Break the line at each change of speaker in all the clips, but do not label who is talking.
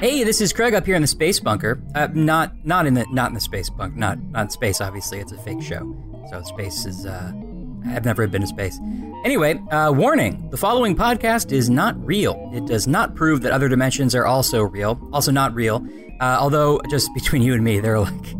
Hey, this is Craig up here in the space bunker. Uh, not not in the not in the space bunk. Not not in space. Obviously, it's a fake show. So space is. Uh, I've never been to space. Anyway, uh, warning: the following podcast is not real. It does not prove that other dimensions are also real. Also not real. Uh, although, just between you and me, there are like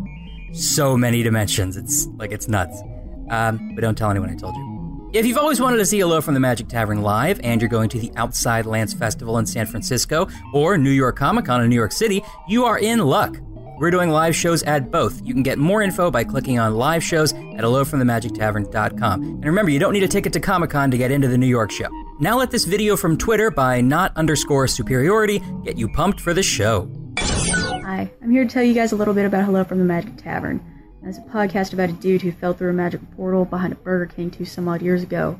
so many dimensions. It's like it's nuts. Um, but don't tell anyone I told you. If you've always wanted to see Hello from the Magic Tavern live and you're going to the Outside Lands Festival in San Francisco or New York Comic Con in New York City, you are in luck. We're doing live shows at both. You can get more info by clicking on live shows at hellofromthemagictavern.com. And remember, you don't need a ticket to Comic Con to get into the New York show. Now let this video from Twitter by not underscore superiority get you pumped for the show.
Hi, I'm here to tell you guys a little bit about Hello from the Magic Tavern. That's a podcast about a dude who fell through a magical portal behind a Burger King two some odd years ago.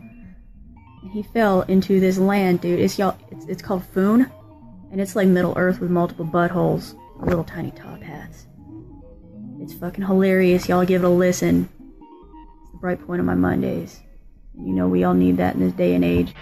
And he fell into this land, dude. It's y'all. It's, it's called Foon, and it's like Middle Earth with multiple buttholes, and little tiny top hats. It's fucking hilarious. Y'all give it a listen. It's the bright point of my Mondays. And you know we all need that in this day and age.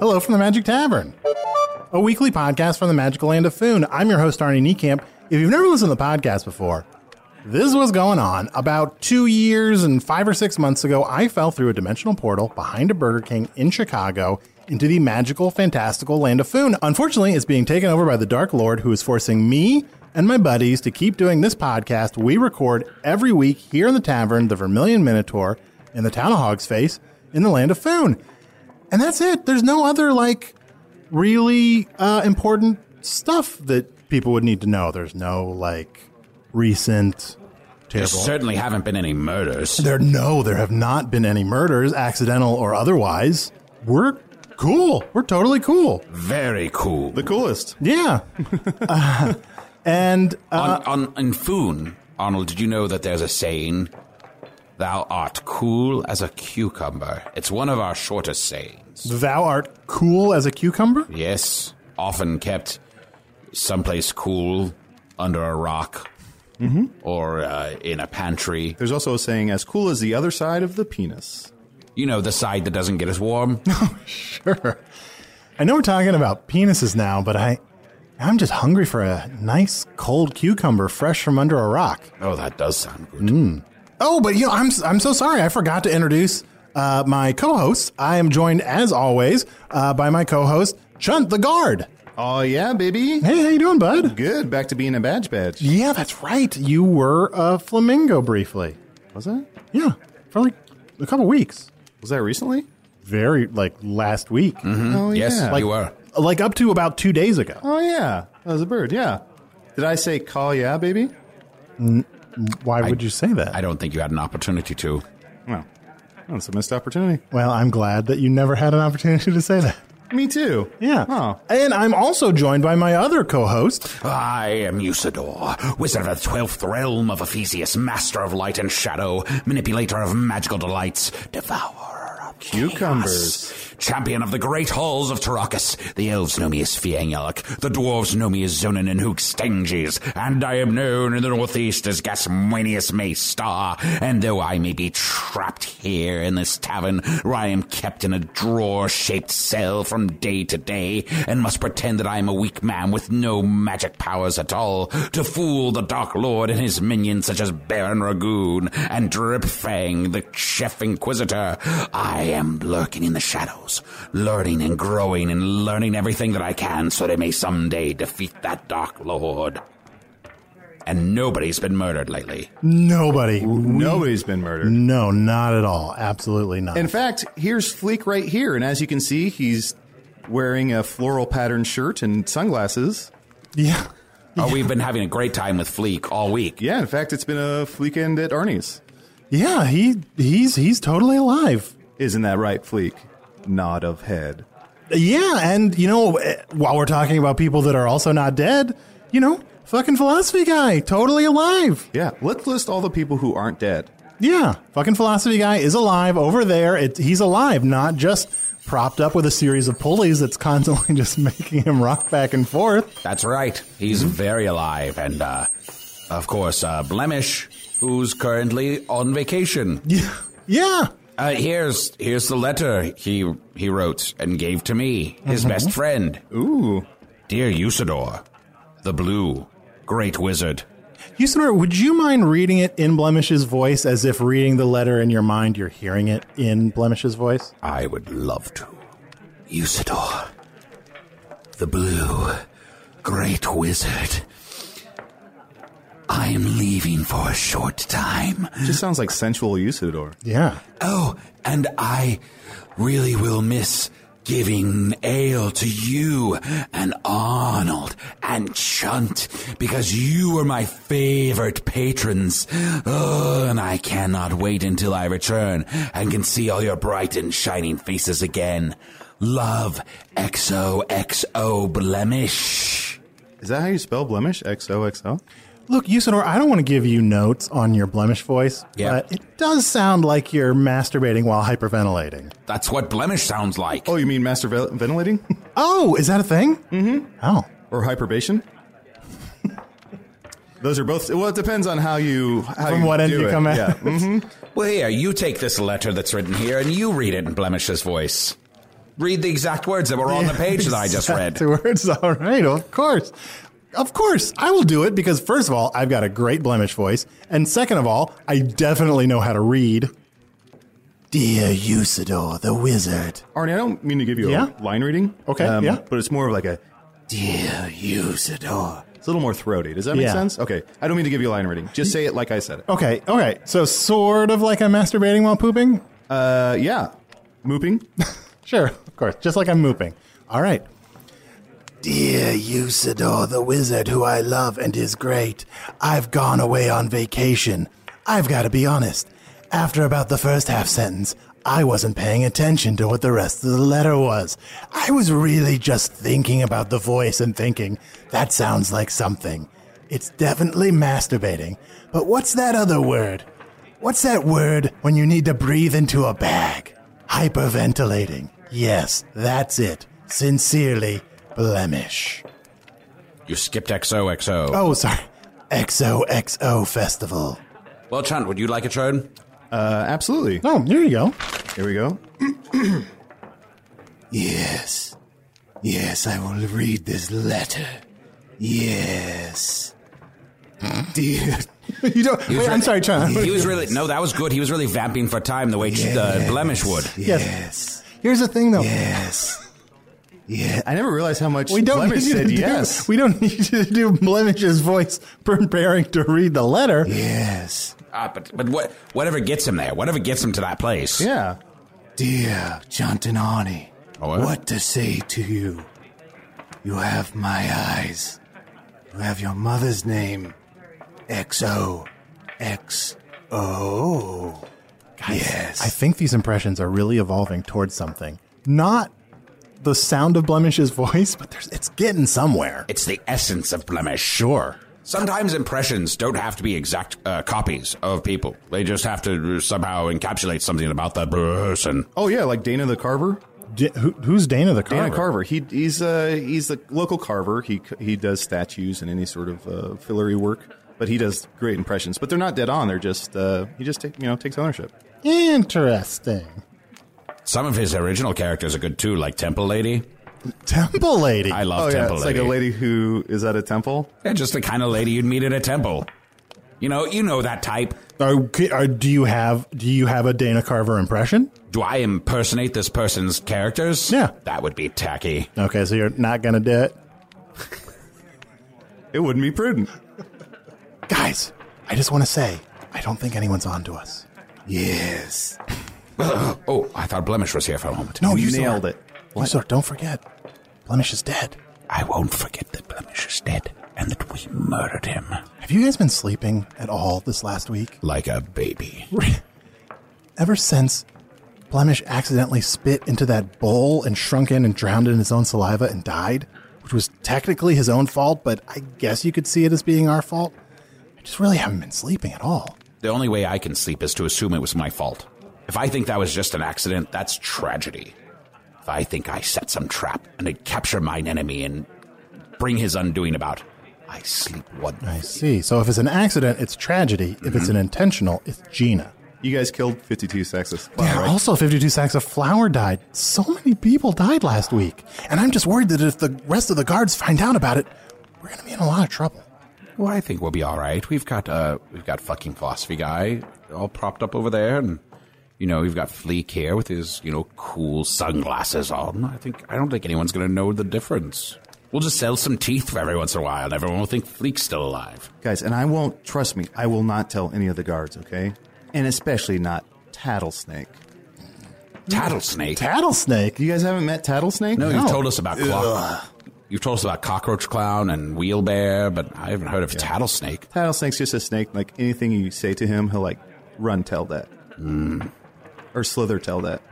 Hello from the Magic Tavern, a weekly podcast from the magical land of Foon. I'm your host, Arnie Niekamp. If you've never listened to the podcast before, this was going on. About two years and five or six months ago, I fell through a dimensional portal behind a Burger King in Chicago into the magical, fantastical land of Foon. Unfortunately, it's being taken over by the Dark Lord, who is forcing me and my buddies to keep doing this podcast we record every week here in the tavern, the Vermilion Minotaur, in the town of Hog's Face, in the land of Foon. And that's it. There's no other, like, really uh, important stuff that people would need to know. There's no, like, recent
There
terrible.
certainly haven't been any murders.
There no, there have not been any murders, accidental or otherwise. We're cool. We're totally cool.
Very cool.
coolest. Yeah. Uh, and uh,
on, on in Foon, Arnold, did you know that there's a saying? Thou art cool as a cucumber. It's one of our shortest sayings.
thou art cool as a cucumber.
Yes, often kept someplace cool under a rock or uh, in a pantry.
Mm-hmm. There's also a saying, as cool as the other side of the penis.
You know, the side that doesn't get as warm.
Sure. I know we're talking about penises now, but I I'm just hungry for a nice cold cucumber fresh from under a rock.
oh, that does sound good.
Oh, but you know, I'm I'm so sorry. I forgot to introduce uh, my co-host. I am joined as always uh, by my co-host Chunt the Guard.
Oh, yeah, baby.
Hey, how you doing, bud?
Good. Back to being a badge badge.
Yeah, that's right. You were a flamingo briefly.
Was that?
Yeah, for like a couple weeks.
Was that recently?
Very like last week,
Oh,
Mm-hmm. Yes,
yeah.
you were.
like up to about two days ago.
oh, yeah. That was a bird, yeah. Did I say call yeah, baby?
Why would you say that?
I don't think you had an opportunity to.
Well, that's a missed opportunity.
well, I'm glad that you never had an opportunity to say that.
Me too.
Yeah.
Oh.
And I'm also joined by my other co host.
I am Usador, wizard of the twelfth realm of Ephesius, master of light and shadow, manipulator of magical delights, devourer of
Cucumbers.
chaos, champion of the great halls of Tarakas. The elves know me as Fiangyalak, the dwarves know me as Zonin and Hookstanges, and I am known in the northeast as Gasmanius Maystar. And though I may be trapped here in this tavern, where I am kept in a drawer-shaped cell from day to day, and must pretend that I am a weak man with no magic powers at all, to fool the Dark Lord and his minions such as Baron Ragoon and Dripfang, the Chef Inquisitor. I am lurking in the shadows, learning and growing and learning everything that I can so that I may someday defeat that Dark Lord. And nobody's been murdered lately.
Nobody.
Nobody's been murdered.
No, not at all. Absolutely not.
In fact, here's Fleek right here, and as you can see, he's wearing a floral pattern shirt and sunglasses.
yeah.
Oh, we've been having a great time with Fleek all week.
Yeah, in fact, it's been a Fleekend at Arnie's.
Yeah, he he's he's totally alive.
Isn't that right, Fleek? Nod of head.
Yeah, and you know, eh, while we're talking about people that are also not dead, you know, fucking philosophy guy, totally alive.
Yeah, let's list all the people who aren't dead.
Yeah, fucking philosophy guy is alive over there. It, he's alive, not just propped up with a series of pulleys that's constantly just making him rock back and forth.
That's right. He's
Mm-hmm.
very alive. And, uh, of course, uh, Blemish, who's currently on vacation.
Yeah, yeah,
Uh, here's here's the letter he he wrote and gave to me, his
Mm-hmm.
best friend.
Ooh.
Dear Usador, the Blue, great wizard.
Usador, would you mind reading it in Blemish's voice as if reading the letter in your mind, you're hearing it in Blemish's voice?
I would love to. Usador, the Blue, great wizard. I am leaving for a short time.
Just sounds like sensual Usador.
Yeah.
Oh, and I really will miss giving ale to you and Arnold and Chunt because you were my favorite patrons. Oh, and I cannot wait until I return and can see all your bright and shining faces again. Love XOXO Blemish.
Is that how you spell blemish? XOXO?
Look, Usador, I don't want to give you notes on your Blemish voice,
Yeah.
but it does sound like you're masturbating while hyperventilating.
That's what Blemish sounds like.
Oh, you mean master ve- ventilating?
Oh, is that a thing? Mm-hmm. Oh.
or hyperbation? Those are both. Well, it depends on how you how
From
you
what end
do
you
it.
come at.
Yeah. Mm-hmm.
Well, here, you take this letter that's written here and you read it in Blemish's voice. Read the exact words that were on the page that I just read.
Afterwards, all right, of course. Of course, I will do it because, first of all, I've got a great blemish voice. And second of all, I definitely know how to read. Dear Usador, the wizard.
Arnie, I don't mean to give you
Yeah?
a line reading. um,
Okay, yeah.
But it's more of like a
Dear Usador.
it's a little more throaty. Does that make
Yeah.
sense? Okay. I don't mean to give you a line reading. Just say it like I said it.
Okay, all right. So, sort of like I'm masturbating while pooping?
Uh, yeah. Mooping.
Sure, of course, just like I'm mooping. All right. Dear Usador, the wizard who I love and is great, I've gone away on vacation. I've got to be honest. After about the first half sentence, I wasn't paying attention to what the rest of the letter was. I was really just thinking about the voice and thinking, that sounds like something. It's definitely masturbating. But what's that other word? What's that word when you need to breathe into a bag? Hyperventilating. Yes, that's it. Sincerely, Blemish.
You skipped XOXO.
Oh, sorry. XOXO Festival.
Well, Chant, would you like a turn?
Uh, absolutely.
Oh, there you go.
Here we go.
Yes. Yes, I will read this letter. Yes. Dear. you don't. Wait, I'm sorry, John.
He was really no, that was good. He was really vamping for time the way uh, Blemish would.
Yes. Here's the thing, though.
Yes. Yeah. I never realized how much
We don't
Blemish
need you
said
to
yes.
Do, we don't need you to do Blemish's voice preparing to read the letter.
yes.
Ah, but but what whatever gets him there, whatever gets him to that place.
Yeah.
Dear Chantanani,
Oh, what? what
to say to you? You have my eyes. You have your mother's name. XO. XO. Guys, yes. I think these impressions are really evolving towards something. Not the sound of Blemish's voice, but there's, it's getting somewhere.
It's the essence of blemish.
Sure.
Sometimes impressions don't have to be exact uh, copies of people. They just have to somehow encapsulate something about that person.
Oh yeah, like Dana the Carver.
D- who, who's Dana the Carver?
Dana Carver. He, he's uh, he's the local carver. He he does statues and any sort of uh, fillery work, but he does great impressions. But they're not dead on. They're just uh, he just take, you know takes ownership.
Interesting.
Some of his original characters are good too, like Temple Lady.
Temple Lady.
I love
oh yeah,
Temple
it's like
Lady.
a lady who is at a temple.
Yeah, just the kind of lady you'd meet at a temple. You know, you know that type.
Okay, uh, do you have do you have a Dana Carver impression?
Do I impersonate this person's characters?
Yeah.
That would be tacky.
Okay, so you're not gonna do it,
It wouldn't be prudent.
guys. I just want to say, I don't think anyone's on to us.
Yes.
Oh, I thought Blemish was here for a moment.
No,
You
you
nailed it.
Usador, don't forget, Blemish is dead.
I won't forget that Blemish is dead and that we murdered him
Have you guys been sleeping at all this last week?
like a baby.
Ever since Blemish accidentally spit into that bowl and shrunk in and drowned in his own saliva and died, which was technically his own fault, but I guess you could see it as being our fault. I just really haven't been sleeping at all.
The only way I can sleep is to assume it was my fault. If I think that was just an accident, that's tragedy. If I think I set some trap and did capture mine enemy and bring his undoing about, I sleep one. Mm-hmm.
I see. So if it's an accident, it's tragedy. If it's an intentional, it's Gina.
You guys killed 52 sexes. Wow,
Yeah,
right?
also 52 sacks of flour died. So many people died last week. And I'm just worried that if the rest of the guards find out about it, we're going to be in a lot of trouble.
Well, I think we'll be all right. We've got uh, we've got fucking philosophy guy all propped up over there, and you know we've got Fleek here with his you know cool sunglasses on. I think I don't think anyone's gonna know the difference. We'll just sell some teeth for every once in a while, and everyone will think Fleek's still alive.
Guys, and I won't, trust me, I will not tell any of the guards, okay? And especially not Tattlesnake.
Tattlesnake.
Tattlesnake?
You guys haven't met Tattlesnake?
no, you've told us about clock. You've told us about cockroach clown and wheelbear, but I haven't heard of Tattlesnake.
Tattlesnake's just a snake. Like anything you say to him, he'll like run tell that. Or slither tell that.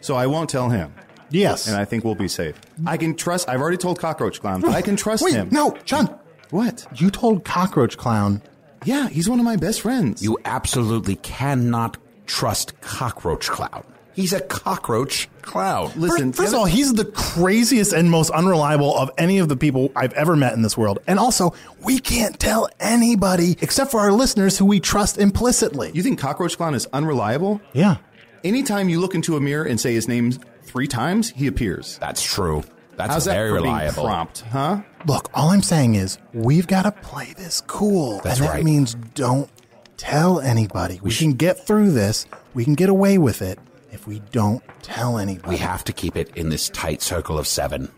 So I won't tell him.
Yes.
And I think we'll be safe. I can trust, I've already told Cockroach Clown, Um, but I can trust
Wait,
him.
no, John,
What?
you told Cockroach Clown.
Yeah, he's one of my best friends.
You absolutely cannot trust cockroach clown. He's a cockroach clown.
listen.
first first of all, he's the craziest and most unreliable of any of the people I've ever met in this world. And also, we can't tell anybody except for our listeners who we trust implicitly.
you think Cockroach Clown is unreliable?
Yeah.
Anytime you look into a mirror and say his name three times, he appears.
That's true. That's
How's that
very
for being
reliable.
prompt, huh?
Look, all I'm saying is we've got to play this cool.
That's
and that
right.
means don't tell anybody. We, can get through this. We can get away with it if we don't tell
We
anybody.
have to keep it in this tight circle of seven.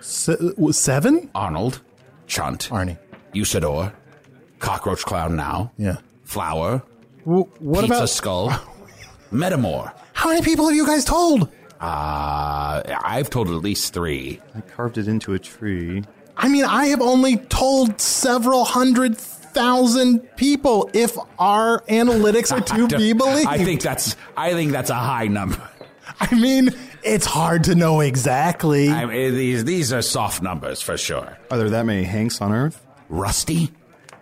Se- w- seven?
Arnold, Chunt,
Arnie.
Usador, Cockroach Clown now,
Yeah.
Flower,
W- what
Pizza
about
Skull, Metamore.
how many people have you guys told?
Uh, I've told at least three.
I carved it into a tree.
I mean, I have only told several hundred thousand people if our analytics are to be believed.
I think that's I think that's a high number.
I mean, it's hard to know exactly.
I mean, these these are soft numbers for sure.
Are there that many Hanks on Earth?
Rusty,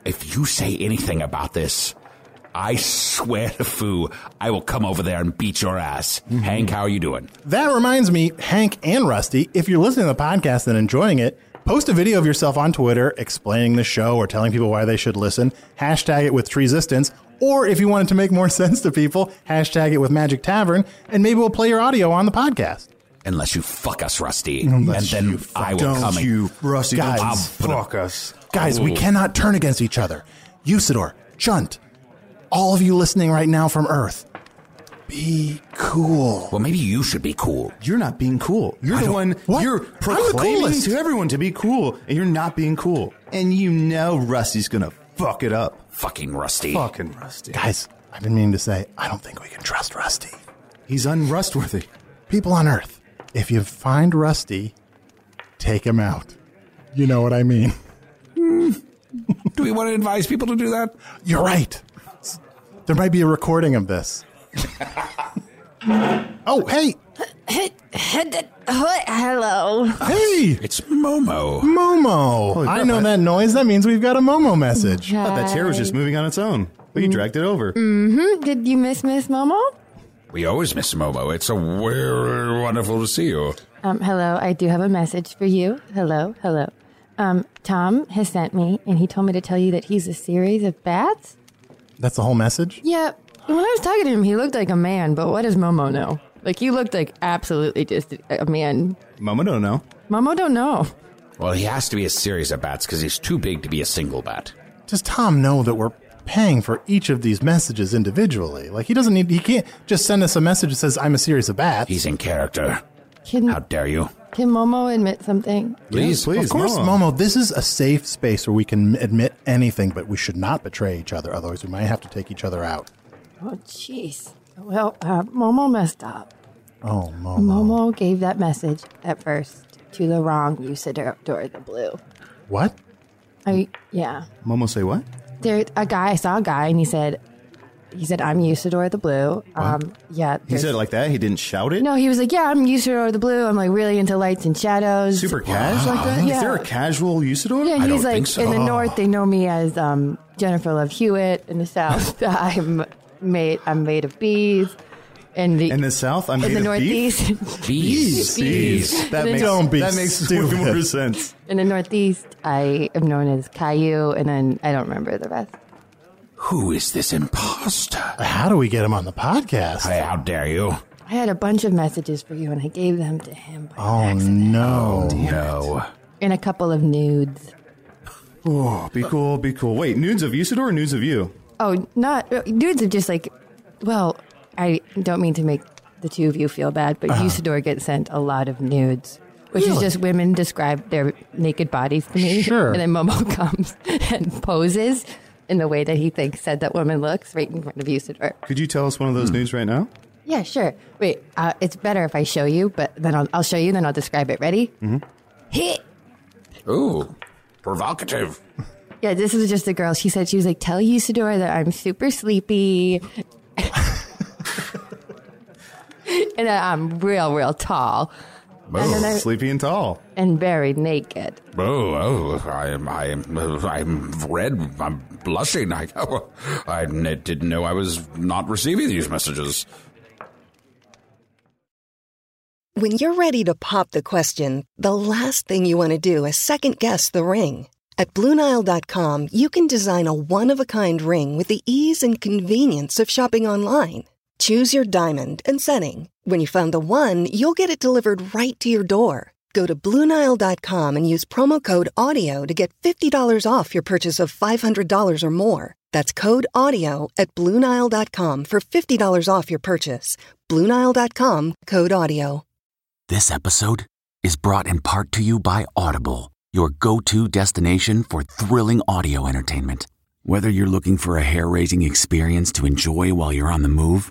if you say anything about this, I swear to Foo, I will come over there and beat your ass.
Mm-hmm.
Hank, how are you doing?
That reminds me, Hank and Rusty, if you're listening to the podcast and enjoying it, post a video of yourself on Twitter explaining the show or telling people why they should listen. Hashtag it with Treesistance. Or if you wanted to make more sense to people, hashtag it with Magic Tavern, and maybe we'll play your audio on the podcast.
Unless you fuck us, Rusty, and then I will
don't
come. and-
you, Rusty, don't
I'll
you
put a-
us.
Guys, we
Ooh.
cannot turn against each other. Usador, Chunt, all of you listening right now from Earth, be cool.
Well, maybe you should be cool.
You're not being cool. You're the
don't-
one.
What?
You're
I'm the
proclaiming
coolest.
to everyone to be cool, and you're not being cool. And you know Rusty's gonna fuck it up.
Fucking Rusty.
Fucking Rusty.
Guys, I've been meaning to say, I don't think we can trust Rusty.
He's unrustworthy.
people on Earth, if you find Rusty, take him out. You know what I mean?
Hmm.
Do we want to advise people to do that?
You're right. There might be a recording of this. oh, hey,
Hello.
Hey,
It's Momo.
Momo.
Holy
I
crap,
know
I-
that noise. That means we've got a Momo message.
Oh, that chair was just moving on its own. Well, you dragged it over.
Mm-hmm. Did you miss Miss Momo?
We always miss Momo. It's a weird, wonderful to see you.
Um, hello, I do have a message for you. Hello, hello. Um, Tom has sent me, and he told me to tell you that he's a series of bats.
That's the whole message.
Yeah, when I was talking to him, he looked like a man, but what does Momo know? Like, he looked like absolutely just a man.
Momo don't know.
Momo don't know.
Well, he has to be a series of bats because he's too big to be a single bat.
Does Tom know that we're paying for each of these messages individually? Like he doesn't need. He can't just send us a message that says I'm a series of bats.
He's in character.
Can,
How dare you?
can Momo admit something?
Please.
please.
of course,
Momo.
Momo. This is a safe space where we can admit anything, but we should not betray each other. Otherwise, we might have to take each other out.
Oh, jeez. Well, uh, Momo messed up.
Oh, Momo.
Momo gave that message at first to the wrong Usador the Blue.
What?
I yeah.
Momo say what?
There a guy I saw a guy and he said he said I'm Usador the Blue. Um yeah.
He said it like that. He didn't shout it.
No, he was like, Yeah, I'm Usador the Blue. I'm like really into lights and shadows.
Super cash like that.
Yeah.
Is there a casual Usador?
Yeah,
I
and he's
don't
like
think so.
in the north they know me as um Jennifer Love Hewitt. In the south I'm made I'm made of bees. And the
Oh. In the South, I'm
in
made
the
of beef.
northeast
Bees.
Bees. That
Then
makes,
don't be
that makes way
stupid.
more sense.
in the northeast I am known as Caillou and then I don't remember the rest.
Who is this imposter?
How do we get him on the podcast?
Hey, how dare you?
I had a bunch of messages for you and I gave them to him by
oh
accident.
no!
Oh, No.
And a couple of nudes.
Oh, be cool, be cool. Wait, nudes of Usador or nudes of you?
Oh, not uh, dudes are just like, well, I don't mean to make the two of you feel bad, but Usador gets sent a lot of nudes, which is
Uh-huh. Really?
just women describe their naked bodies to me.
Sure.
And then Momo comes and poses in the way that he thinks said that woman looks right in front of Usador.
Could you tell us one of
Hmm.
those nudes right now?
Yeah, sure. Wait, uh, it's better if I show you, but then I'll, I'll show you, then I'll describe it. Ready? Mm-hmm. Hit.
Ooh. Provocative.
Yeah, this is just a girl. She said she was like, "Tell Usador that I'm super sleepy." and that I'm real, real tall And then I-
Sleepy and tall.
and very naked.
Oh, oh, I'm, I'm, I'm red. I'm blushing. I, oh, I n- didn't know I was not receiving these messages.
When you're ready to pop the question, the last thing you want to do is second guess the ring. At Bluenile.com, you can design a one of a kind ring with the ease and convenience of shopping online. Choose your diamond and setting. When you find the one, you'll get it delivered right to your door. Go to Bluenile.com and use promo code AUDIO to get $50 off your purchase of $500 or more. That's code AUDIO at Bluenile.com for $50 off your purchase. Bluenile.com code AUDIO.
This episode is brought in part to you by Audible, your go to destination for thrilling audio entertainment. Whether you're looking for a hair raising experience to enjoy while you're on the move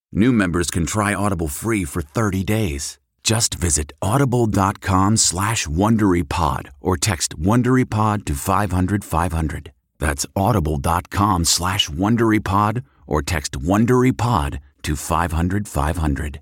new members can try Audible free for 30 days. Just visit audible.com slash WonderyPod or text WonderyPod to 500 500. That's audible.com slash WonderyPod or text WonderyPod to 500 500.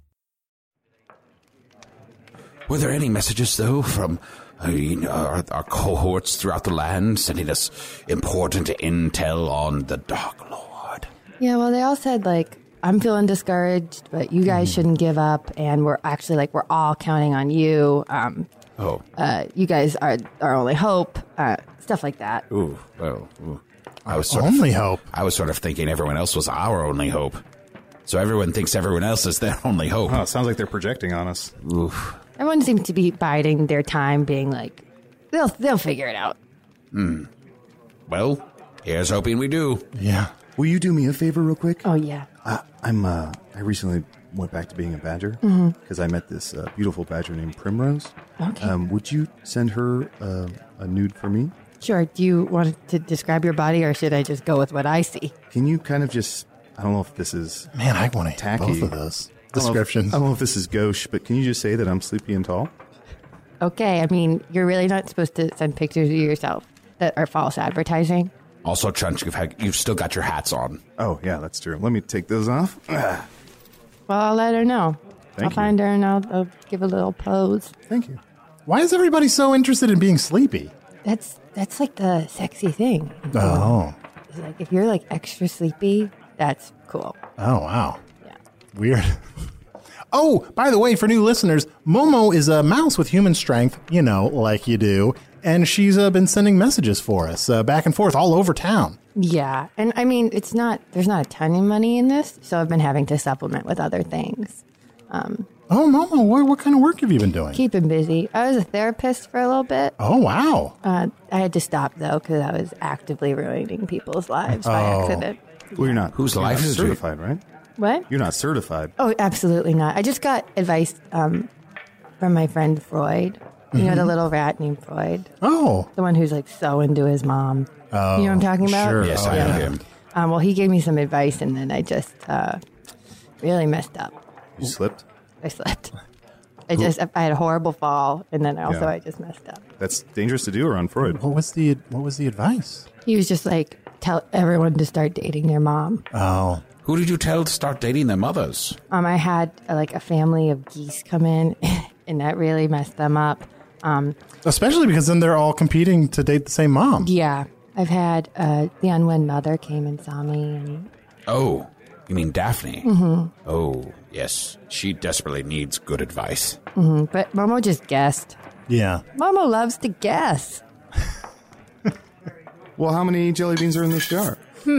Were there any messages, though, from uh, you know, our, our cohorts throughout the land sending us important intel on the Dark Lord?
Yeah, well, they all said like, "I'm feeling discouraged, but you guys shouldn't give up." And we're actually like, we're all counting on you. Um,
Oh,
uh, you guys are our only hope. Uh, stuff like that.
ooh, well, ooh. I was sort
Only
of,
hope.
I was sort of thinking everyone else was our only hope. So everyone thinks everyone else is their only hope.
Oh, it sounds like they're projecting on us.
Oof.
Everyone seems to be biding their time, being like, "They'll they'll figure it out."
Hmm. Well, here's hoping we do.
Yeah.
Will you do me a favor real quick?
Oh yeah.
Uh, I'm uh I recently went back to being a badger because
Mhm.
I met this uh, beautiful badger named Primrose.
Okay.
Um, would you send her uh, a nude for me?
Sure. Do you want to describe your body, or should I just go with what I see?
Can you kind of just? I don't know if this is
man. I want to
tacky.
both of those
I don't know if-
descriptions.
I don't know if this is gauche, but can you just say that I'm sleepy and tall?
Okay. I mean, you're really not supposed to send pictures of yourself that are false advertising.
Also, Chunch, you've, had, you've still got your hats on.
Oh yeah, that's true. Let me take those off. Ah.
Well, I'll let her know.
Thank
I'll
you.
find her and I'll, I'll give a little pose.
Thank you.
Why is everybody so interested in being sleepy?
That's that's like the sexy thing.
Oh,
It's Like if you're like extra sleepy, that's cool.
oh wow, weird. Oh, by the way, for new listeners, Momo is a mouse with human strength, you know, like you do, and she's uh, been sending messages for us uh, back and forth all over town.
Yeah, and I mean, it's not there's not a ton of money in this, so I've been having to supplement with other things. Um,
oh, Momo, what, what kind of work have you been doing?
Keeping busy. I was a therapist for a little bit.
Oh wow,
Uh, I had to stop though because I was actively ruining people's lives by
Oh.
accident.
Well, you're not. Whose
life is it?
certified, right?
What?
You're not certified.
Oh, absolutely not. I just got advice um, from my friend Freud. You know, the
Mhm.
little rat named Freud.
Oh.
The one who's like so into his mom. you
Oh,
know what I'm talking about?
sure. Yes, I know him.
Um, well, he gave me some advice and then I just uh, really messed up.
You slipped.
I slept. I
Who-
just, I had a horrible fall and then also
Yeah.
I just messed up.
That's dangerous to do around Freud.
What was the What was the advice?
He was just like, tell everyone to start dating their mom.
Oh.
Who did you tell to start dating their mothers?
Um, I had uh, like a family of geese come in, and that really messed them up. Um,
Especially because then they're all competing to date the same mom.
yeah, I've had uh, the unwed mother came and saw me, and
Oh, you mean Daphne?
Mhm.
Oh, yes. She desperately needs good advice.
mhm, but Momo just guessed.
Yeah.
Momo loves to guess.
Well, how many jelly beans are in this jar?
Are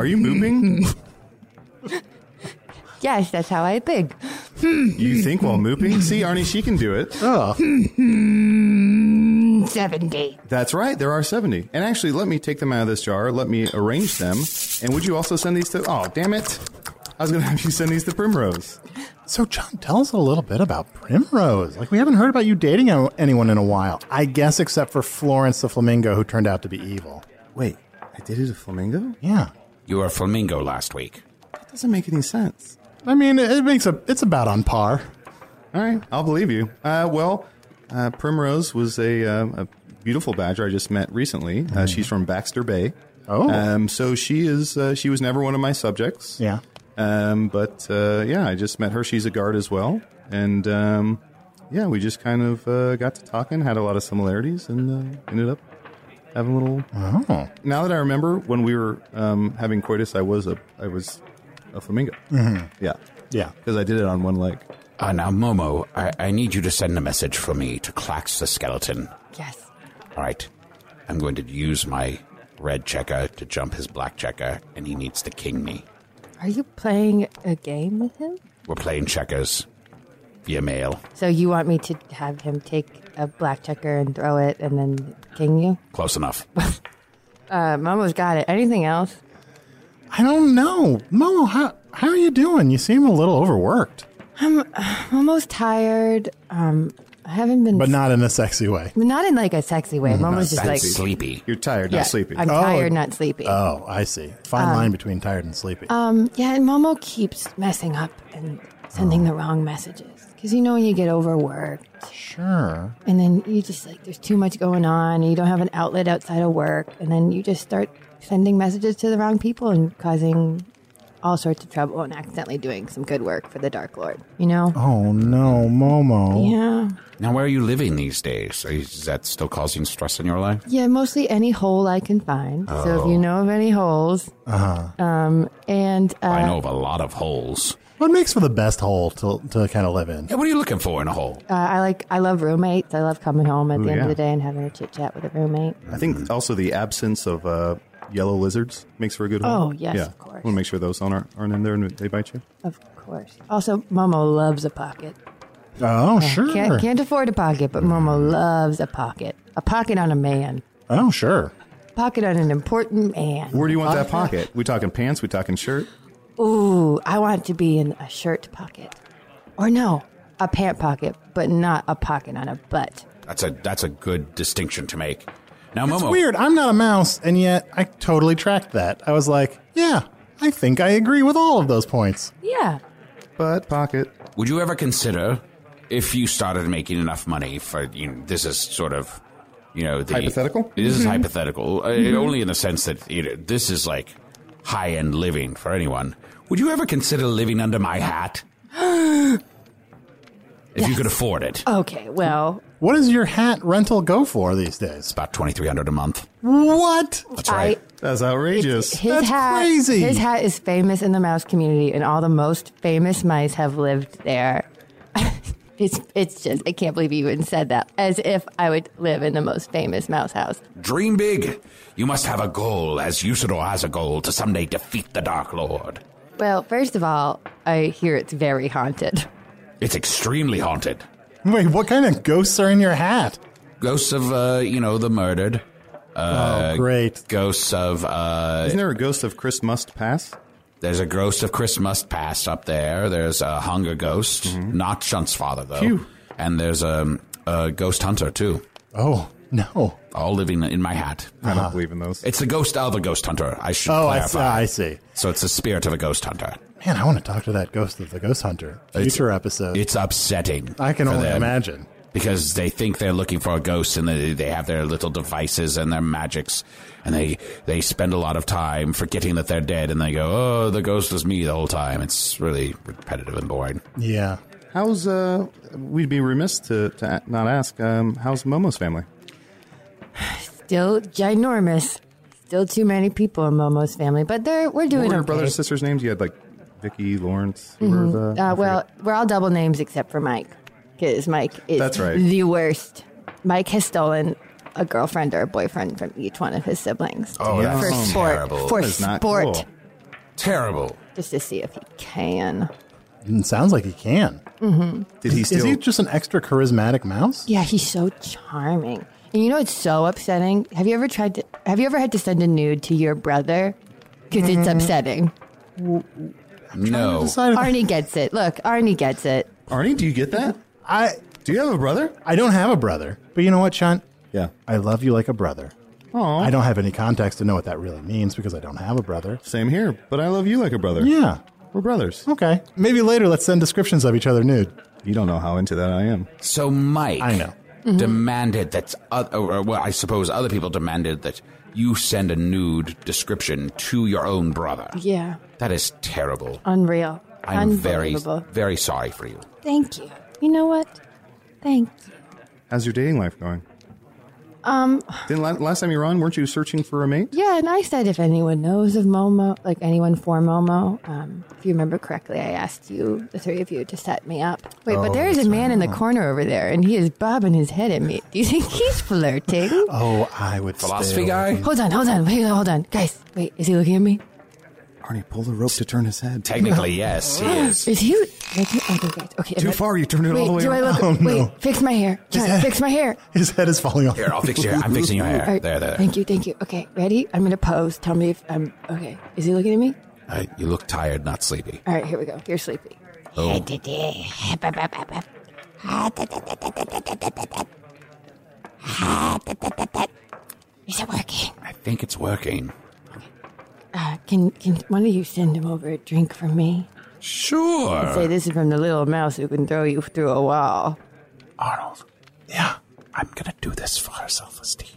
Are you mooping?
Yes, that's how I think.
you think while mooping? See, Arnie, she can do it.
Oh.
Seventy.
That's right. There are 70. And actually, let me take them out of this jar. Let me arrange them. And would you also send these to. Oh, damn it. I was going to have you send these to Primrose.
So, John, tell us a little bit about Primrose. Like, we haven't heard about you dating a- anyone in a while. I guess except for Florence the Flamingo, who turned out to be evil.
Wait, I dated a flamingo?
Yeah.
You were a flamingo last week.
That doesn't make any sense.
I mean, it it makes a. It's about on par.
All right. I'll believe you. Uh, well, uh, Primrose was a, um, a beautiful badger I just met recently. Uh, she's from Baxter Bay.
Mm. Oh.
Um, so she is. Uh, she was never one of my subjects.
Yeah.
Um, but uh, yeah, I just met her. She's a guard as well, and um, yeah, we just kind of uh, got to talking, had a lot of similarities, and uh, ended up having a little.
Oh.
Now that I remember, when we were um, having coitus, I was a I was a flamingo.
Mm-hmm.
Mhm.
Yeah,
Yeah.
because I did it on one leg.
Uh, now, Momo, I, I need you to send a message for me to Clax the skeleton.
Yes.
All right. I'm going to use my red checker to jump his black checker, and he needs to king me.
Are you playing a game with him?
We're playing checkers via mail.
So you want me to have him take a black checker and throw it, and then king you?
Close enough.
Uh, Momo's got it. Anything else?
I don't know. Momo, how, how are you doing? You seem a little overworked,
I'm I'm almost tired. Um, I haven't been,
but not Mm, in a sexy way. Mm-hmm.
not in like a sexy way. I'm almost just like
sleepy.
You're tired,
Yeah, I'm tired, not sleepy.
Oh, I see. Fine
Um,
line between tired and sleepy.
Um, yeah, and Momo keeps messing up and sending
Oh.
the wrong messages because you know when you get overworked
Sure.
and then you just like there's too much going on and you don't have an outlet outside of work and then you just start sending messages to the wrong people and causing all sorts of trouble and accidentally doing some good work for the Dark Lord. You know?
Oh, no, Momo.
Yeah.
Now, where are you living these days? Are you- Is that still causing stress in your life?
Yeah, mostly any hole I can find. So if
Oh.
you know of any holes,
Uh-huh.
um, and uh,
I know of a lot of holes.
What makes for the best hole to, to kind of live in?
Yeah, what are you looking for in a hole?
uh, I like I love roommates. I love coming home at
Ooh,
the end
yeah.
of the day and having a chit chat with a roommate.
I
Mm-hmm.
think also the absence of uh, yellow lizards makes for a good home.
Oh, yes,
yeah.
of course.
Want to make sure those aren't aren't in there and they bite you.
Of course. Also, Momo loves a pocket.
Oh,
Yeah,
sure.
Can't, can't afford a pocket, but Momo loves a pocket. A pocket on a man.
Oh, sure.
pocket on an important man.
Where do you want that pocket? We talking pants? We talking shirt?
Ooh, I want it to be in a shirt pocket. Or no, a pant pocket, but not a pocket on a butt.
That's a that's a good distinction to make. Now,
It's
Momo,
weird. I'm not a mouse, and yet I totally tracked that. I was like, yeah, I think I agree with all of those points.
Yeah.
But pocket.
would you ever consider if you started making enough money for you know, this is sort of you know the
Hypothetical?
This is
Mhm.
hypothetical, uh,
Mhm.
only in the sense that you know, this is like high end living for anyone. Would you ever consider living under my hat if you could afford it?
okay, well,
What does your hat rental go for these days? It's
about twenty three hundred a month.
What?
That's right.
That's outrageous.
his hat, His hat is famous in the mouse community, and all the most famous mice have lived there. it's it's just I can't believe you even said that. As if I would live in the most famous mouse house.
Dream big. You must have a goal, as Usador has a goal, to someday defeat the Dark Lord.
Well, first of all, I hear it's very haunted.
It's extremely haunted.
Wait, what kind of ghosts are in your hat?
Ghosts of, uh, you know, the murdered. Uh,
Oh, great.
Ghosts of. Uh, Isn't there a ghost of Chris Must Pass? There's a ghost of Chris Must Pass up there. There's a hunger ghost, not Shunt's father, though.
Phew.
And there's um, a ghost hunter, too.
Oh, no.
All living in my hat. I don't believe in those. It's the ghost of a ghost hunter. I should
Oh, I see-
clarify.
I see.
So it's the spirit of a ghost hunter.
Man, I want to talk to that ghost of the ghost hunter. Future episode.
It's upsetting.
I can
for
only
them
imagine.
Because they think they're looking for a ghost and they, they have their little devices and their magics and they, they spend a lot of time forgetting that they're dead and they go, oh, the ghost was me the whole time. It's really repetitive and boring.
Yeah.
How's uh? We'd be remiss to, to a- not ask. Um, how's Momo's family?
Still ginormous. Still too many people in Momo's family, but they're we're
What
doing
were your
okay.
brothers and sisters' names? You had like Vicky, Lawrence. who were
Mhm.
the-
uh, well, we're all double names except for Mike, because Mike is
That's right.
the worst. Mike has stolen a girlfriend or a boyfriend from each one of his siblings.
Oh, that's
for sport,
terrible.
for
That is not
sport,
cool. Terrible.
just to see if he can.
It Mm, sounds like he can.
hmm
Did he Mm-hmm. Is he
steal-
just an extra charismatic mouse?
Yeah, he's so charming. And you know it's so upsetting? Have you ever tried to? Have you ever had to send a nude to your brother? Because it's
Mm.
upsetting.
Oh.
No.
Arnie gets it. Look, Arnie gets it.
Arnie, do you get that?
I
do you have a brother?
I don't have a brother. But you know what, Sean?
Yeah.
I love you like a brother.
Uh,
Aw.
I don't have any context to know what that really means because I don't have a brother.
Same here, but I love you like a brother.
Yeah.
We're brothers.
Okay. Maybe later let's send descriptions of each other nude.
You don't know how into that I am.
So Mike
I know.
demanded that, oth- or, or, well, I suppose other people demanded that you send a nude description to your own brother.
Yeah,
That is terrible.
unreal.
I'm very,
Unbelievable.
very sorry for you.
Thank you. You know what? Thank.
How's your dating life going?
Um.
Then la- last time you were on, weren't you searching for a mate?
Yeah, and I said if anyone knows of Momo, like anyone for Momo, um, if you remember correctly, I asked you, the three of you, to set me up. Wait,
Oh,
but there is a
that's
man in the
right.
corner over there, and he is bobbing his head at me. Do you think he's flirting?
Oh, I would
Philosophy
stay
guy?
away.
Hold on, hold on, wait, hold on, guys. Wait, is he looking at me?
Arnie pulled the rope to turn his head.
Technically, yes, he is.
he? Looking? Okay, guys. Okay.
Too
am I-
far, you turned it all
wait,
the way
Do I look?
around. Oh,
wait,
no.
fix my hair. John, fix my hair.
His head is falling off.
Here, I'll fix your hair. I'm fixing your hair.
All right,
There, there.
Thank you, thank you. Okay, ready? I'm gonna pose. Tell me if I'm okay. Is he looking at me?
Uh, you look tired, not sleepy.
All right, here we go. You're sleepy.
Oh.
Is it working?
I think it's working.
Uh, can can one of you send him over a drink for me?
Sure.
And say this is from the little mouse who can throw you through a wall.
Arnold. Yeah. I'm gonna do this for her self-esteem.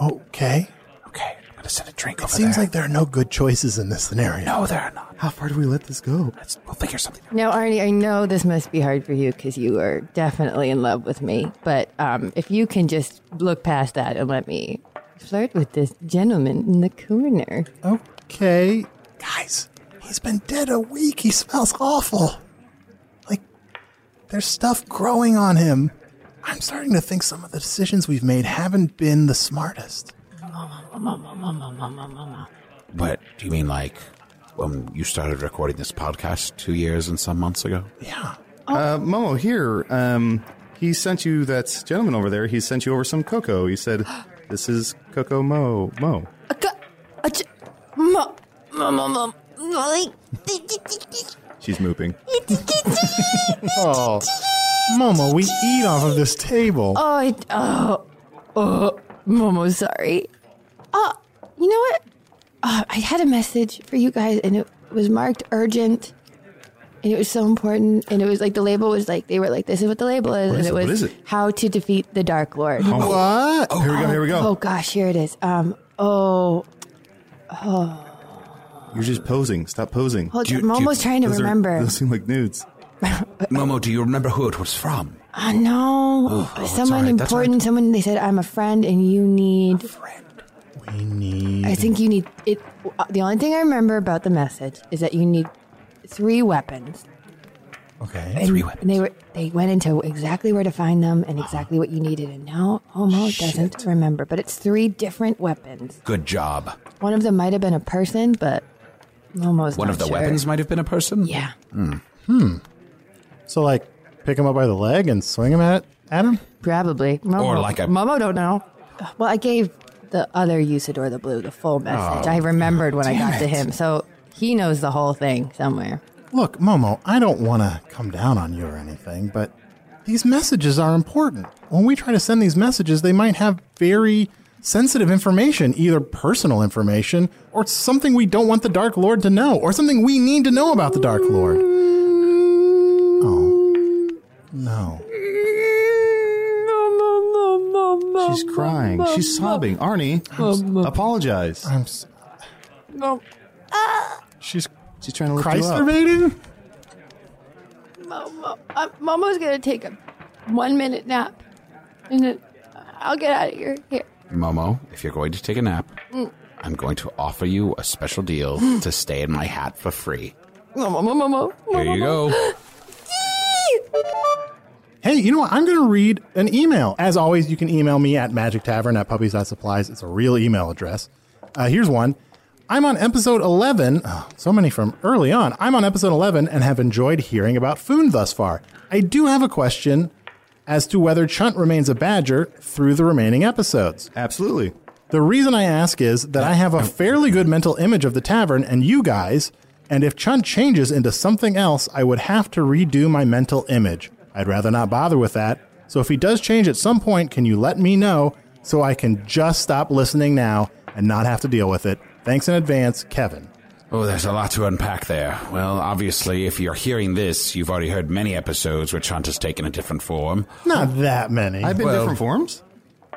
Okay.
Okay, I'm gonna send a drink
It
over
seems
there.
like there are no good choices in this scenario.
No, there are not.
How far do we let this go?
we'll figure something.
Now, Arnie, I know this must be hard for you because you are definitely in love with me. But um, if you can just look past that and let me flirt with this gentleman in the corner.
Okay. Guys, he's been dead a week. He smells awful. Like, there's stuff growing on him. I'm starting to think some of the decisions we've made haven't been the smartest.
But do you mean like when you started recording this podcast two years and some months ago?
Yeah.
oh.
Uh, Momo, here. Um, he sent you that gentleman over there. He sent you over some cocoa. He said, This is Coco Mo. Mo.
Mom, mom, mom, mom. Molly.
She's mooping.
Oh, Momo, we eat off of this table.
Oh, I, oh, oh, Momo, sorry. Uh, you know what? Uh, I had a message for you guys, and it was marked urgent, and it was so important, and it was like the label was like they were like, "This is what the label is,"
What
and
is it?
was
What is it?
how to defeat the Dark Lord.
Oh. What? Oh, here we go, here we go.
Oh gosh, here it is. Um, oh, oh,
You're just posing. Stop posing.
Hold Do you- on, I'm do you- almost trying to
Those are-
remember.
those seem like nudes.
Momo, do you remember who it was from?
oh no,
Oh, oh, it's
someone
alright, that's
important, someone. They said, "I'm a friend, and you need."
We need.
I think you need it. The only thing I remember about the message is that you need three weapons.
Okay.
And, and they were they went into exactly where to find them and exactly what you needed. And now Homo doesn't remember, but it's three different weapons.
Good job.
One of them might have been a person, but Homo's
One
not
of the
sure.
weapons might have been a person?
Yeah.
Hmm. So, like, pick him up by the leg and swing him at at him.
Probably. Momo,
Or like a-
Momo don't know. Well, I gave the other Usador the blue the full message.
Oh,
I remembered when I
damn
got to
it.
him, so he knows the whole thing somewhere.
Look, Momo, I don't want to come down on you or anything, but these messages are important. When we try to send these messages, they might have very sensitive information, either personal information or something we don't want the Dark Lord to know, or something we need to know about the Dark Lord. Oh, no.
She's crying. She's sobbing. Arnie, apologize.
I'm s-
No.
She's
she's trying to look you up.
Chryslervating?
Momo, uh, Momo's gonna take a one minute nap, and then uh, I'll get out of here. Here.
Momo, if you're going to take a nap,
Mm.
I'm going to offer you a special deal to stay in my hat for free.
Momo, Momo,
Here you go.
Hey, you know what? I'm going to read an email. As always, you can email me at magic tavern at puppies.supplies. It's a real email address. Uh, here's one. I'm on episode 11. oh, so many from early on. I'm on episode 11 and have enjoyed hearing about Foon thus far. I do have a question as to whether Chunt remains a badger through the remaining episodes.
Absolutely.
The reason I ask is that I have a fairly good mental image of the tavern and you guys, and if Chunt changes into something else, I would have to redo my mental image. I'd rather not bother with that. So if he does change at some point, can you let me know so I can just stop listening now and not have to deal with it? Thanks in advance, Kevin.
Oh, there's a lot to unpack there. Well, obviously, if you're hearing this, you've already heard many episodes where Chunt has taken a different form.
Not that many.
I've been Well- different
forms?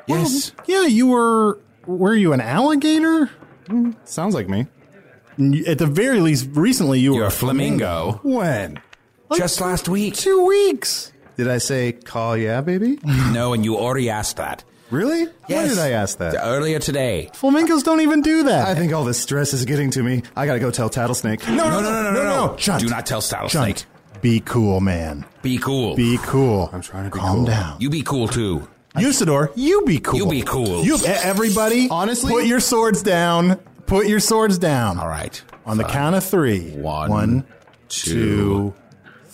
Yes.
yeah, you were. Were you an alligator?
Sounds like me.
At the very least, recently you were
a flamingo.
When?
Just last week.
Two weeks.
Did I say call yeah, baby?
no, and you already asked that.
Really? Why
Yes.
did I ask that?
Earlier today.
Flamingos don't even do that.
I think all this stress is getting to me. I gotta go tell Tattlesnake.
No, no, no, no, no, no.
Chunt.
Do not tell Saddlesnake.
Chunt, be cool, man.
Be cool.
Be cool. I'm trying to be Calm down.
you be cool too.
Usador, you be cool.
You be cool.
You, e- everybody,
Honestly?
put your swords down. Put your swords down.
All right.
On the count of three.
One,
One,
two,
two,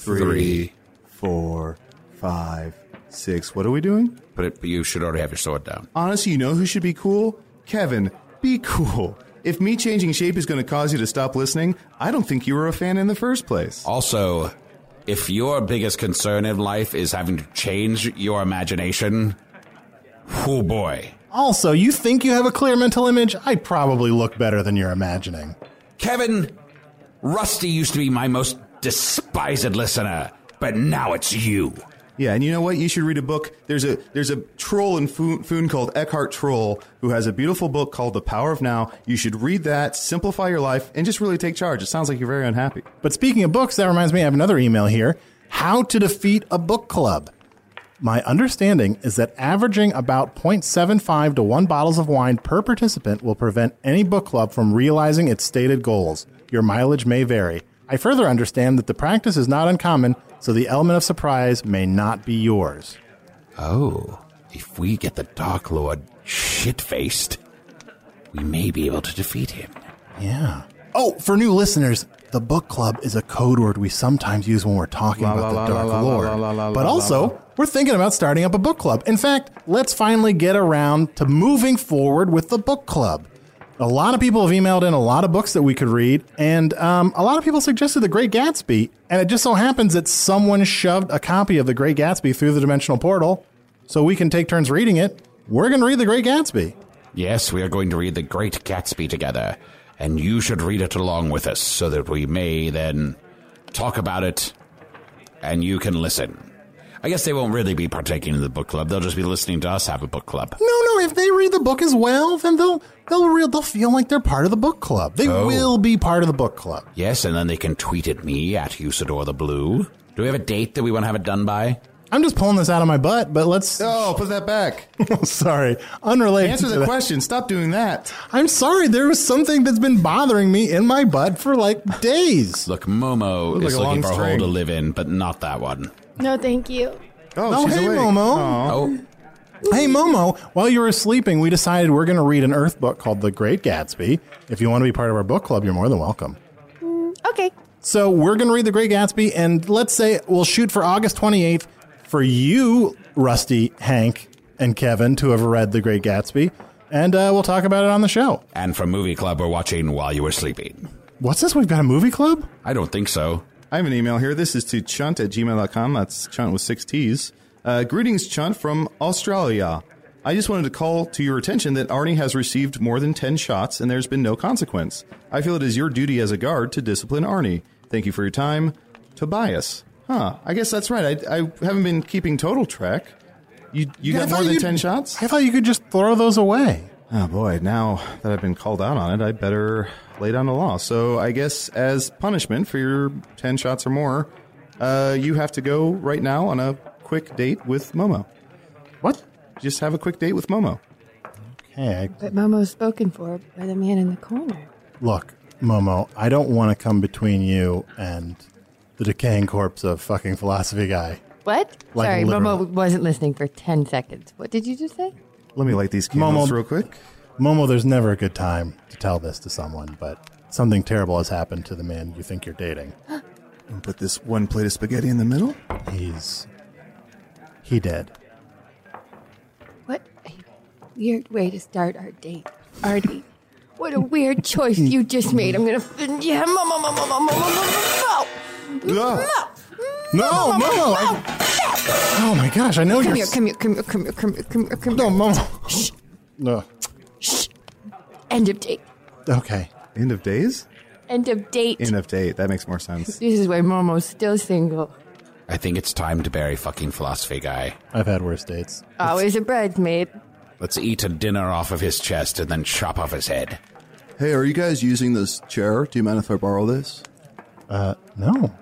Three, four, five, six. What are we doing?
But, it, but you should already have your sword down.
Honestly, you know who should be cool? Kevin, be cool. If me changing shape is going to cause you to stop listening, I don't think you were a fan in the first place.
Also, if your biggest concern in life is having to change your imagination, oh boy.
Also, you think you have a clear mental image? I probably look better than you're imagining.
Kevin, Rusty used to be my most despised listener, but now it's you.
Yeah, and you know what? You should read a book. There's a there's a troll in Foon, Foon called Eckhart Troll who has a beautiful book called The Power of Now. You should read that, simplify your life, and just really take charge. It sounds like you're very unhappy.
But speaking of books, that reminds me, I have another email here. How to defeat a book club. My understanding is that averaging about 0.75 to 1 bottles of wine per participant will prevent any book club from realizing its stated goals. Your mileage may vary. I further understand that the practice is not uncommon, so the element of surprise may not be yours.
Oh, if we get the Dark Lord shit faced, we may be able to defeat him.
Yeah. Oh, for new listeners, the book club is a code word we sometimes use when we're talking
La,
about
la, la,
the Dark
la, la,
Lord.
la, la, la,
but
la,
also,
la.
we're thinking about starting up a book club. In fact, let's finally get around to moving forward with the book club. A lot of people have emailed in a lot of books that we could read, and um, a lot of people suggested The Great Gatsby. And it just so happens that someone shoved a copy of The Great Gatsby through the dimensional portal, so we can take turns reading it. We're going to read The Great Gatsby.
Yes, we are going to read The Great Gatsby together, and you should read it along with us so that we may then talk about it and you can listen. I guess they won't really be partaking in the book club, they'll just be listening to us have a book club.
No, no. If they read the book as well, then they'll they'll real they'll feel like they're part of the book club. They
Oh.
will be part of the book club.
Yes, and then they can tweet at me at Usador the Blue. Do we have a date that we want to have it done by?
I'm just pulling this out of my butt, but let's.
Oh, put that back.
sorry, unrelated.
Answer
to
the
that.
question. Stop doing that.
I'm sorry. There was something that's been bothering me in my butt for like days.
Look, Momo
Look
is
like a
looking
long
for a hole
string.
to live in, but not that one.
No, thank you.
Oh, hey, Momo.
Oh.
Hey, Momo. While you were sleeping, we decided we're going to read an Earth book called The Great Gatsby. If you want to be part of our book club, you're more than welcome.
Okay.
So we're going to read The Great Gatsby, and let's say we'll shoot for August 28th for you, Rusty, Hank, and Kevin to have read The Great Gatsby, and uh, we'll talk about it on the show.
And from Movie Club, we're watching While You Were Sleeping.
What's this? We've got a movie club?
I don't think so.
I have an email here. This is to chunt at gmail.com. That's chunt with six T's. Uh, greetings, chunt from Australia. I just wanted to call to your attention that Arnie has received more than 10 shots and there's been no consequence. I feel it is your duty as a guard to discipline Arnie. Thank you for your time, Tobias. Huh, I guess that's right. I, I haven't been keeping total track. You, you
Yeah, I
got
thought
more than
you-
10 shots?
I thought you could just throw those away.
Oh boy, now that I've been called out on it, I better lay down the law. So I guess as punishment for your 10 shots or more, uh, you have to go right now on a quick date with Momo.
What?
Just have a quick date with Momo.
Okay, I-
But Momo's spoken for by the man in the corner.
look, Momo, I don't want to come between you and the decaying corpse of fucking philosophy guy.
What?
Like
Sorry,
literally.
Momo wasn't listening for 10 seconds. What did you just say?
Let me light these candles
Momo-
real quick.
Momo, there's never a good time to tell this to someone, but something terrible has happened to the man you think you're dating.
And put this one plate of spaghetti in the middle.
He's he dead.
What a weird way to start our date, Artie. what a weird choice you just made. I'm gonna. Yeah, Momo, Momo, Momo, Momo, Momo, Momo.
No.
Momo,
No, Momo, I- Oh my gosh, I know
Come
you're.
here,
s-
come here, come here, come here, come here, come here, come
no,
here.
Momo. Shh. No.
End of date.
Okay.
End of days?
End of date.
End of date. That makes more sense.
this is why Momo's still single.
I think it's time to bury fucking philosophy guy.
I've had worse dates.
Always a bridesmaid.
Let's eat a dinner off of his chest and then chop off his head.
Hey, are you guys using this chair? Do you mind if I borrow this?
Uh, no.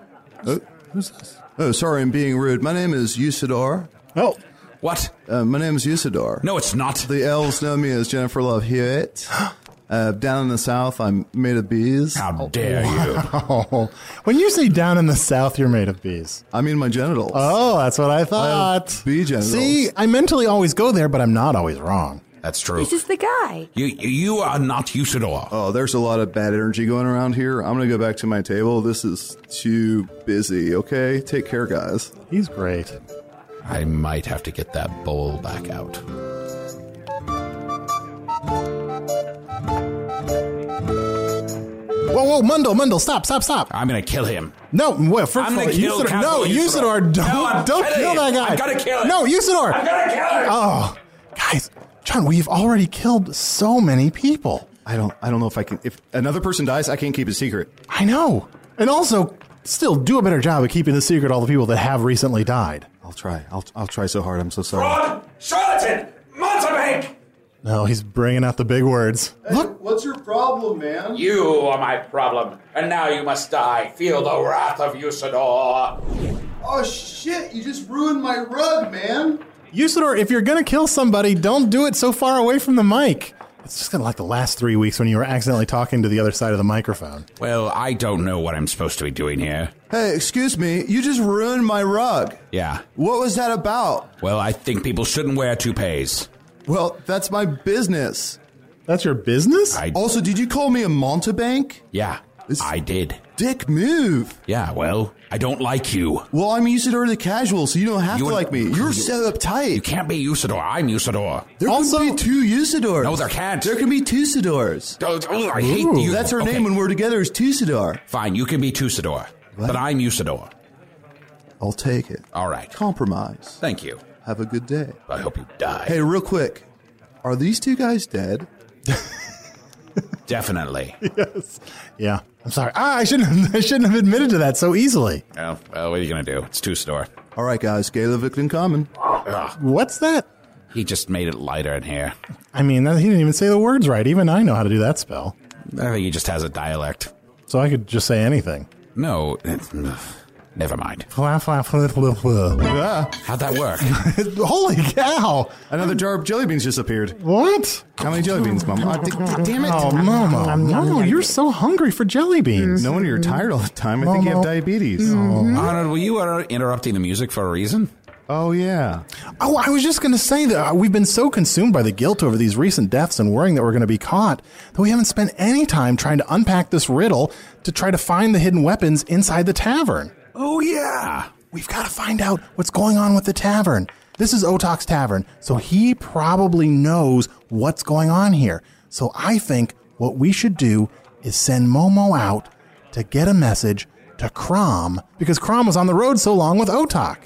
Oh,
Who's this?
oh sorry, I'm being rude. My name is Usador.
Oh,
What?
Uh, my name is Usador.
No, it's not.
The elves know me as Jennifer Love Hewitt. Uh, down in the south, I'm made of bees.
How dare you?
oh. When you say down in the south, you're made of bees.
I mean, my genitals.
Oh, that's what I thought.
bee genitals.
See, I mentally always go there, but I'm not always wrong.
That's true.
This is the guy.
You you are not Usador.
Oh, there's a lot of bad energy going around here. I'm going to go back to my table. This is too busy, okay? Take care, guys.
He's great.
I might have to get that bowl back out.
Whoa, whoa, Mundle, Mundle, stop, stop, stop.
I'm gonna kill him.
No, well, first
I'm
of all,
gonna kill
Usador, no,
Council Usador.
Usador, don't,
No, I'm
don't
kidding.
kill that guy.
I'm gonna kill him.
No, Usador.
I'm gonna kill him.
Oh, guys, John, we've already killed so many people.
I don't I don't know if I can if another person dies, I can't keep a secret.
I know. And also, still do a better job of keeping the secret all the people that have recently died.
I'll try. I'll I'll try so hard. I'm so sorry.
charlatan, mountebank.
No, he's bringing out the big words. Look,
What's your problem, man?
You are my problem, and now you must die. Feel the wrath of Usador.
Oh shit, you just ruined my rug, man.
Usador, if you're going to kill somebody, don't do it so far away from the mic. It's just going to like the last three weeks when you were accidentally talking to the other side of the microphone.
Well, I don't know what I'm supposed to be doing here.
Hey, excuse me. You just ruined my rug.
Yeah.
What was that about?
Well, I think people shouldn't wear toupees.
Well, that's my business.
That's your business?
also, did you call me a Montebank?
Yeah, I did.
Dick move.
Yeah, well, I don't like you.
Well, I'm Usador the casual, so you don't have to
and-
like me. You're so uptight. You
can't be Usador. I'm Usador.
There can be two Usadors.
No, there can't.
There can be two Usadors.
Oh, oh, I hate you.
That's her
Okay.
name when we're together is Tusador.
Fine, you can be Tusador, but I'm Usador.
I'll take it.
All right.
Compromise.
Thank you.
Have a good day.
I hope you die.
Hey, real quick. Are these two guys dead?
Definitely.
yes. Yeah. I'm sorry. Ah, I shouldn't have, I shouldn't have admitted to that so easily.
Well, Oh, well, what are you going to do? It's Tusador.
All right, guys. Gala Vicklin Common.
What's that?
He just made it lighter in here.
I mean, that- he didn't even say the words right. Even I know how to do that spell.
I think he just has a dialect.
So I could just say anything.
No, it's- ugh, never mind.
Fla, fla, fla, fla, fla.
How'd that work?
Ah. Holy cow!
Another jar of jelly beans just appeared.
What?
How many jelly beans, Mom? Oh, d- damn it.
Oh, Momo. No, you're so hungry for jelly beans.
No wonder you're tired all the time. I think you have diabetes.
Mm-hmm. Oh.
Arnold, were you uh, interrupting the music for a reason?
Oh, yeah.
Oh, I was just going to say that uh, we've been so consumed by the guilt over these recent deaths and worrying that we're going to be caught that we haven't spent any time trying to unpack this riddle to try to find the hidden weapons inside the tavern.
Oh, yeah.
We've got to find out what's going on with the tavern. This is Otok's tavern, so he probably knows what's going on here. So I think what we should do is send Momo out to get a message to Crom because Crom was on the road so long with Otok.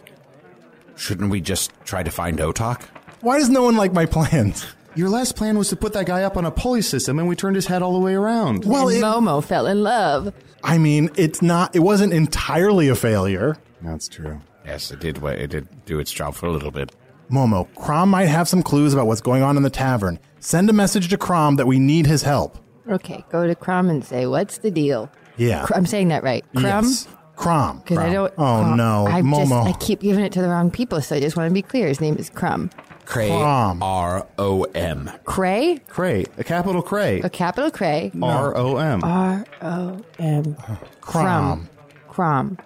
Shouldn't we just try to find Otok?
Why does no one like my plans?
Your last plan was to put that guy up on a pulley system, and we turned his head all the way around.
Well, it,
Momo fell in love.
I mean, it's not. It wasn't entirely a failure.
That's true.
Yes, it did. wa- It did do its job for a little bit.
Momo, Crom might have some clues about what's going on in the tavern. Send a message to Crom that we need his help.
Okay, go to Crum and say, "What's the deal?"
Yeah.
Cr- I'm saying that right. Crum.
Yes. Crom.
Because I don't.
Oh
Crum.
no,
I
Momo.
Just, I keep giving it to the wrong people, so I just want to be clear. His name is Crum.
Cray.
Crom.
R O M.
Cray,
Cray. A capital Cray.
a capital Cray.
R O M.
R O M.
Crom.
Uh, Crom.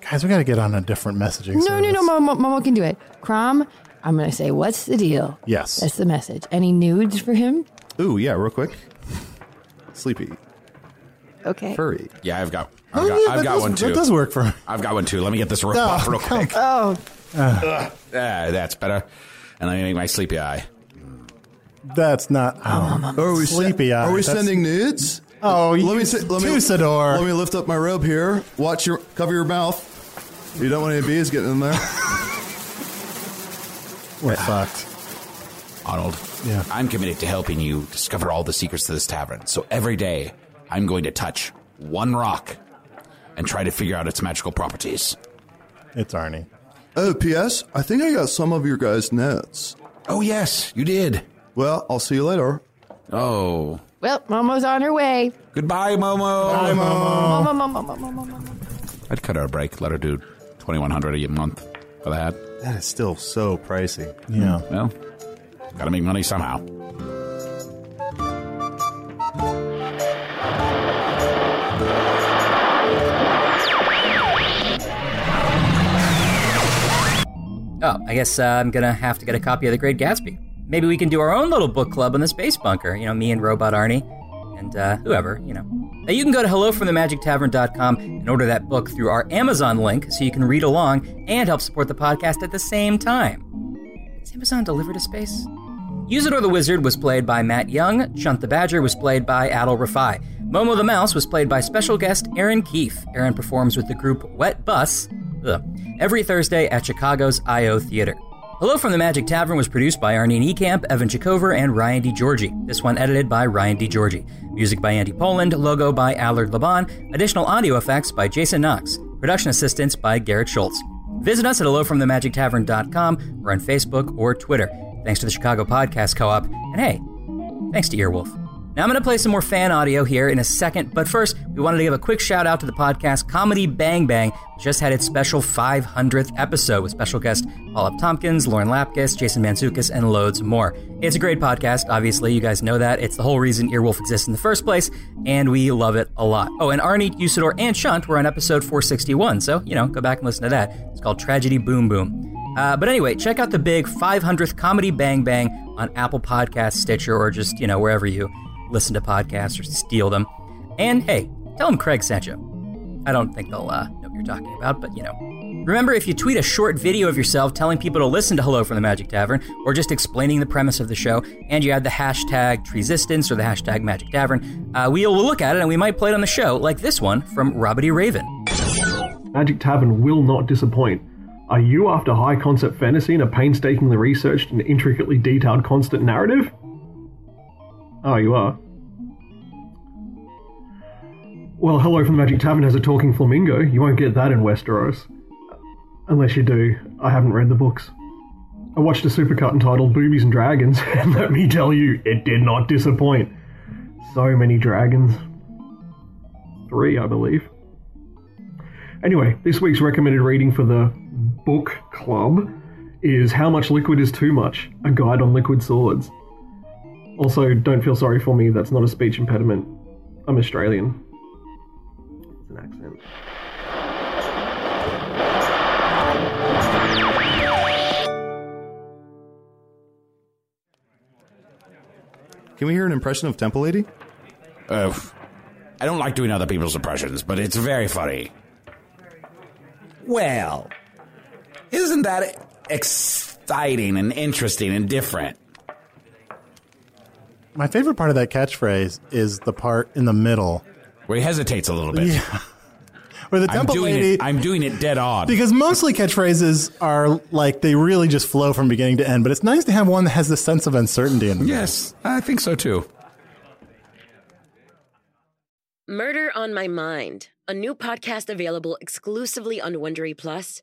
Guys, we got to get on a different messaging.
No, no,
service.
no. Momo, Momo can do it. Crom. I'm gonna say, "What's the deal?"
Yes.
That's the message. Any nudes for him?
Ooh, yeah, real quick. Sleepy.
Okay.
Furry.
Yeah, I've got. I've
Oh,
got,
yeah,
I've
that
got
does-
one too.
That does work for me.
I've got one too. Let me get this rope off real quick. Ah,
Oh,
Uh,
that's better. And I make my sleepy eye.
That's not. Oh,
Are we
sleepy eyes.
Are we
That's-
sending nudes?
Oh,
let me
you
si- let me
Tusador.
Let me lift up my robe here. Watch your cover your mouth. You don't want any bees getting in there.
We're fucked.
Arnold,
Yeah.
I'm committed to helping you discover all the secrets to this tavern. So every day, I'm going to touch one rock and try to figure out its magical properties.
It's Arnie.
oh, P.S. I think I got some of your guys' notes.
Oh, yes, you did.
Well, I'll see you later.
Oh.
well, Momo's on her way.
Goodbye, Momo.
Momo, Momo, Momo, Momo, Momo.
I'd cut her a break, let her do 2100 a month for that.
That is still so pricey.
Yeah.
Well, gotta make money somehow.
Oh, I guess uh, I'm gonna have to get a copy of The Great Gatsby. Maybe we can do our own little book club in the space bunker. You know, me and Robot Arnie, and uh, whoever. You know. Now you can go to hellofromthemagictavern.com and order that book through our Amazon link, so you can read along and help support the podcast at the same time. Is Amazon delivered to space? Usador the Wizard was played by Matt Young. Chunt the Badger was played by Adol Rafai. Momo the Mouse was played by special guest Aaron Keefe. Aaron performs with the group Wet Bus ugh, every Thursday at Chicago's I.O. Theater. Hello from the Magic Tavern was produced by Arnie Niekamp, Evan Chikover, and Ryan DiGiorgi. This one edited by Ryan DiGiorgi. Music by Andy Poland, logo by Allard Laban, additional audio effects by Jason Knox, production assistance by Garrett Schultz. Visit us at hellofromthemagictavern.com or on Facebook or Twitter. Thanks to the Chicago Podcast Co-op, and hey, thanks to Earwolf. Now I'm going to play some more fan audio here in a second, but first, we wanted to give a quick shout out to the podcast Comedy Bang Bang, which just had its special 500th episode with special guest Paul F. Tompkins, Lauren Lapkus, Jason Manzukis, and loads more. It's a great podcast, obviously. You guys know that. It's the whole reason Earwolf exists in the first place, and we love it a lot. Oh, and Arnie, Usador, and Shunt were on episode 461, so, you know, go back and listen to that. It's called Tragedy Boom Boom. Uh, but anyway, check out the big 500th Comedy Bang Bang on Apple Podcasts, Stitcher, or just, you know, wherever you listen to podcasts or steal them. And hey, tell them Craig sent you. I don't think they'll uh, know what you're talking about, but you know. Remember, if you tweet a short video of yourself telling people to listen to Hello from the Magic Tavern, or just explaining the premise of the show, and you add the hashtag Treesistance or the hashtag Magic Tavern, uh, we'll look at it and we might play it on the show, like this one from Robert E. Raven.
Magic Tavern will not disappoint. Are you after high concept fantasy and a painstakingly researched and intricately detailed constant narrative? Oh, you are. Well, Hello from the Magic Tavern has a talking flamingo. You won't get that in Westeros. Unless you do. I haven't read the books. I watched a supercut entitled Boobies and Dragons, and let me tell you, it did not disappoint. So many dragons. Three, I believe. Anyway, this week's recommended reading for the book club is How Much Liquid is Too Much A Guide on Liquid Swords. Also, don't feel sorry for me, that's not a speech impediment. I'm Australian. It's an accent.
Can we hear an impression of Temple Lady?
Uh, I don't like doing other people's impressions, but it's very funny. Well, isn't that exciting and interesting and different?
My favorite part of that catchphrase is the part in the middle
Where he hesitates a little bit.
Yeah. where the temple
I'm doing
lady.
It, I'm doing it dead on.
Because mostly catchphrases are like they really just flow from beginning to end, but it's nice to have one that has this sense of uncertainty in it.
Yes, I think so too.
Murder on My Mind, a new podcast available exclusively on Wondery Plus,